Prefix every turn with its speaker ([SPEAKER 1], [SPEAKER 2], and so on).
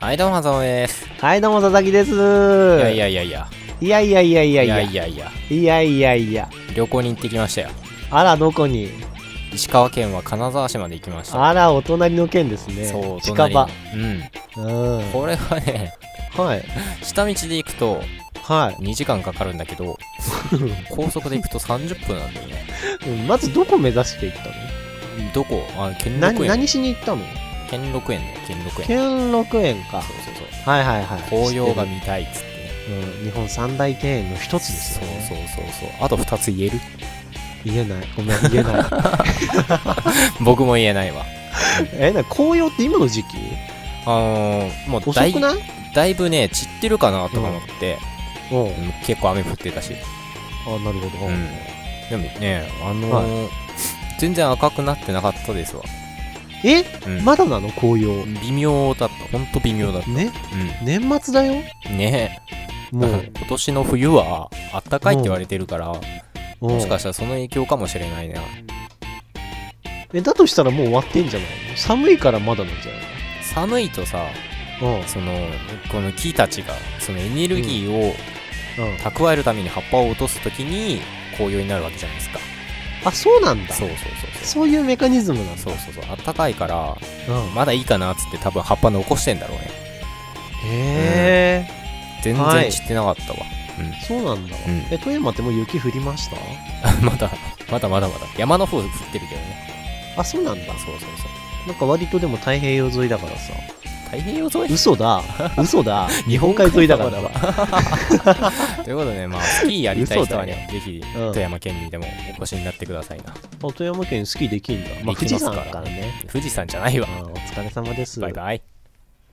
[SPEAKER 1] はい、どうも、はざまです。
[SPEAKER 2] はい、どうも、佐々木です。
[SPEAKER 1] いやいやいやいや。
[SPEAKER 2] いやいやいやいやいや
[SPEAKER 1] いやいや。
[SPEAKER 2] いやいやいや。
[SPEAKER 1] 旅行に行ってきましたよ。
[SPEAKER 2] あら、どこに
[SPEAKER 1] 石川県は金沢市まで行きました。
[SPEAKER 2] あら、お隣の県ですね。
[SPEAKER 1] そう、
[SPEAKER 2] 近場。
[SPEAKER 1] 隣に。
[SPEAKER 2] うん。
[SPEAKER 1] うん。これはね、
[SPEAKER 2] はい。
[SPEAKER 1] 下道で行くと
[SPEAKER 2] はい。
[SPEAKER 1] 2時間かかるんだけ ど、高速で行くと30分なんだよね。
[SPEAKER 2] うんまず、どこ目指して行ったの
[SPEAKER 1] どこあ、兼
[SPEAKER 2] 何、
[SPEAKER 1] 六園。
[SPEAKER 2] 何しに行ったの
[SPEAKER 1] 兼六園ね、兼六園。
[SPEAKER 2] 兼六園か。
[SPEAKER 1] そうそうそう。
[SPEAKER 2] はいはいはい。
[SPEAKER 1] 紅葉が
[SPEAKER 2] 知っ
[SPEAKER 1] 見たいっつってね。
[SPEAKER 2] てるうん、日本三大庭園の一つです
[SPEAKER 1] そ
[SPEAKER 2] よ、
[SPEAKER 1] う
[SPEAKER 2] ね。
[SPEAKER 1] そうそうそう。あと2つ言える
[SPEAKER 2] 言えない。ごめん、言えない。
[SPEAKER 1] 僕も言えないわ。
[SPEAKER 2] え、な、紅葉って今の時期
[SPEAKER 1] あのー、もうだ
[SPEAKER 2] 遅
[SPEAKER 1] い
[SPEAKER 2] くない
[SPEAKER 1] だいぶね、散ってるかなとか思って、
[SPEAKER 2] うん。
[SPEAKER 1] うん結構雨降ってたし。
[SPEAKER 2] あ、なるほど。
[SPEAKER 1] うんでもね、あのー
[SPEAKER 2] は
[SPEAKER 1] 全然赤くなってなかったですわ。
[SPEAKER 2] え、
[SPEAKER 1] うん
[SPEAKER 2] まだなの紅葉。
[SPEAKER 1] 微妙だった。ほんと微妙だった。
[SPEAKER 2] ね、
[SPEAKER 1] う
[SPEAKER 2] 年末だよ。
[SPEAKER 1] ん。ねえ。
[SPEAKER 2] も う。
[SPEAKER 1] 今年の冬はあったかいって言われてるから、
[SPEAKER 2] うん
[SPEAKER 1] もしかしたらその影響かもしれないな。
[SPEAKER 2] えだとしたらもう終わってんじゃないの寒いからまだなんじゃない
[SPEAKER 1] 寒いとさ、
[SPEAKER 2] のうん
[SPEAKER 1] その、この木たちが、そのエネルギーを
[SPEAKER 2] うん
[SPEAKER 1] 蓄えるために葉っぱを落とすときに、紅葉になるわけじゃないですか。
[SPEAKER 2] あそうなんだ
[SPEAKER 1] そうそうそう
[SPEAKER 2] そういうメカニズムなんだ
[SPEAKER 1] そう。そうそうそう。あったかいから、
[SPEAKER 2] うん
[SPEAKER 1] まだいいかなっつって多分葉っぱ残してんだろうね。
[SPEAKER 2] へえ、
[SPEAKER 1] 全
[SPEAKER 2] は
[SPEAKER 1] 然
[SPEAKER 2] い
[SPEAKER 1] 散ってなかったわ。
[SPEAKER 2] そうなんだ、
[SPEAKER 1] うん
[SPEAKER 2] え富山ってもう雪降りました
[SPEAKER 1] まだ、まだまだまだ。山の方降ってるけどね。
[SPEAKER 2] あそうなんだ
[SPEAKER 1] そうそうそう。
[SPEAKER 2] なんか割とでも太平洋沿いだから さ
[SPEAKER 1] 太平洋沿い
[SPEAKER 2] 嘘だ嘘 だ日本海沿いだからだわ
[SPEAKER 1] ということで、まあ、スキーやりたい人はね、ぜひ、
[SPEAKER 2] うん
[SPEAKER 1] 富山県にでもお越しになってくださいな。
[SPEAKER 2] あ富山県スキーできんだ、ま
[SPEAKER 1] で
[SPEAKER 2] あ、富
[SPEAKER 1] きま
[SPEAKER 2] 士
[SPEAKER 1] す
[SPEAKER 2] 山
[SPEAKER 1] から
[SPEAKER 2] からね
[SPEAKER 1] 富士山じゃないわ。
[SPEAKER 2] あーお疲れ様です
[SPEAKER 1] バイバイ。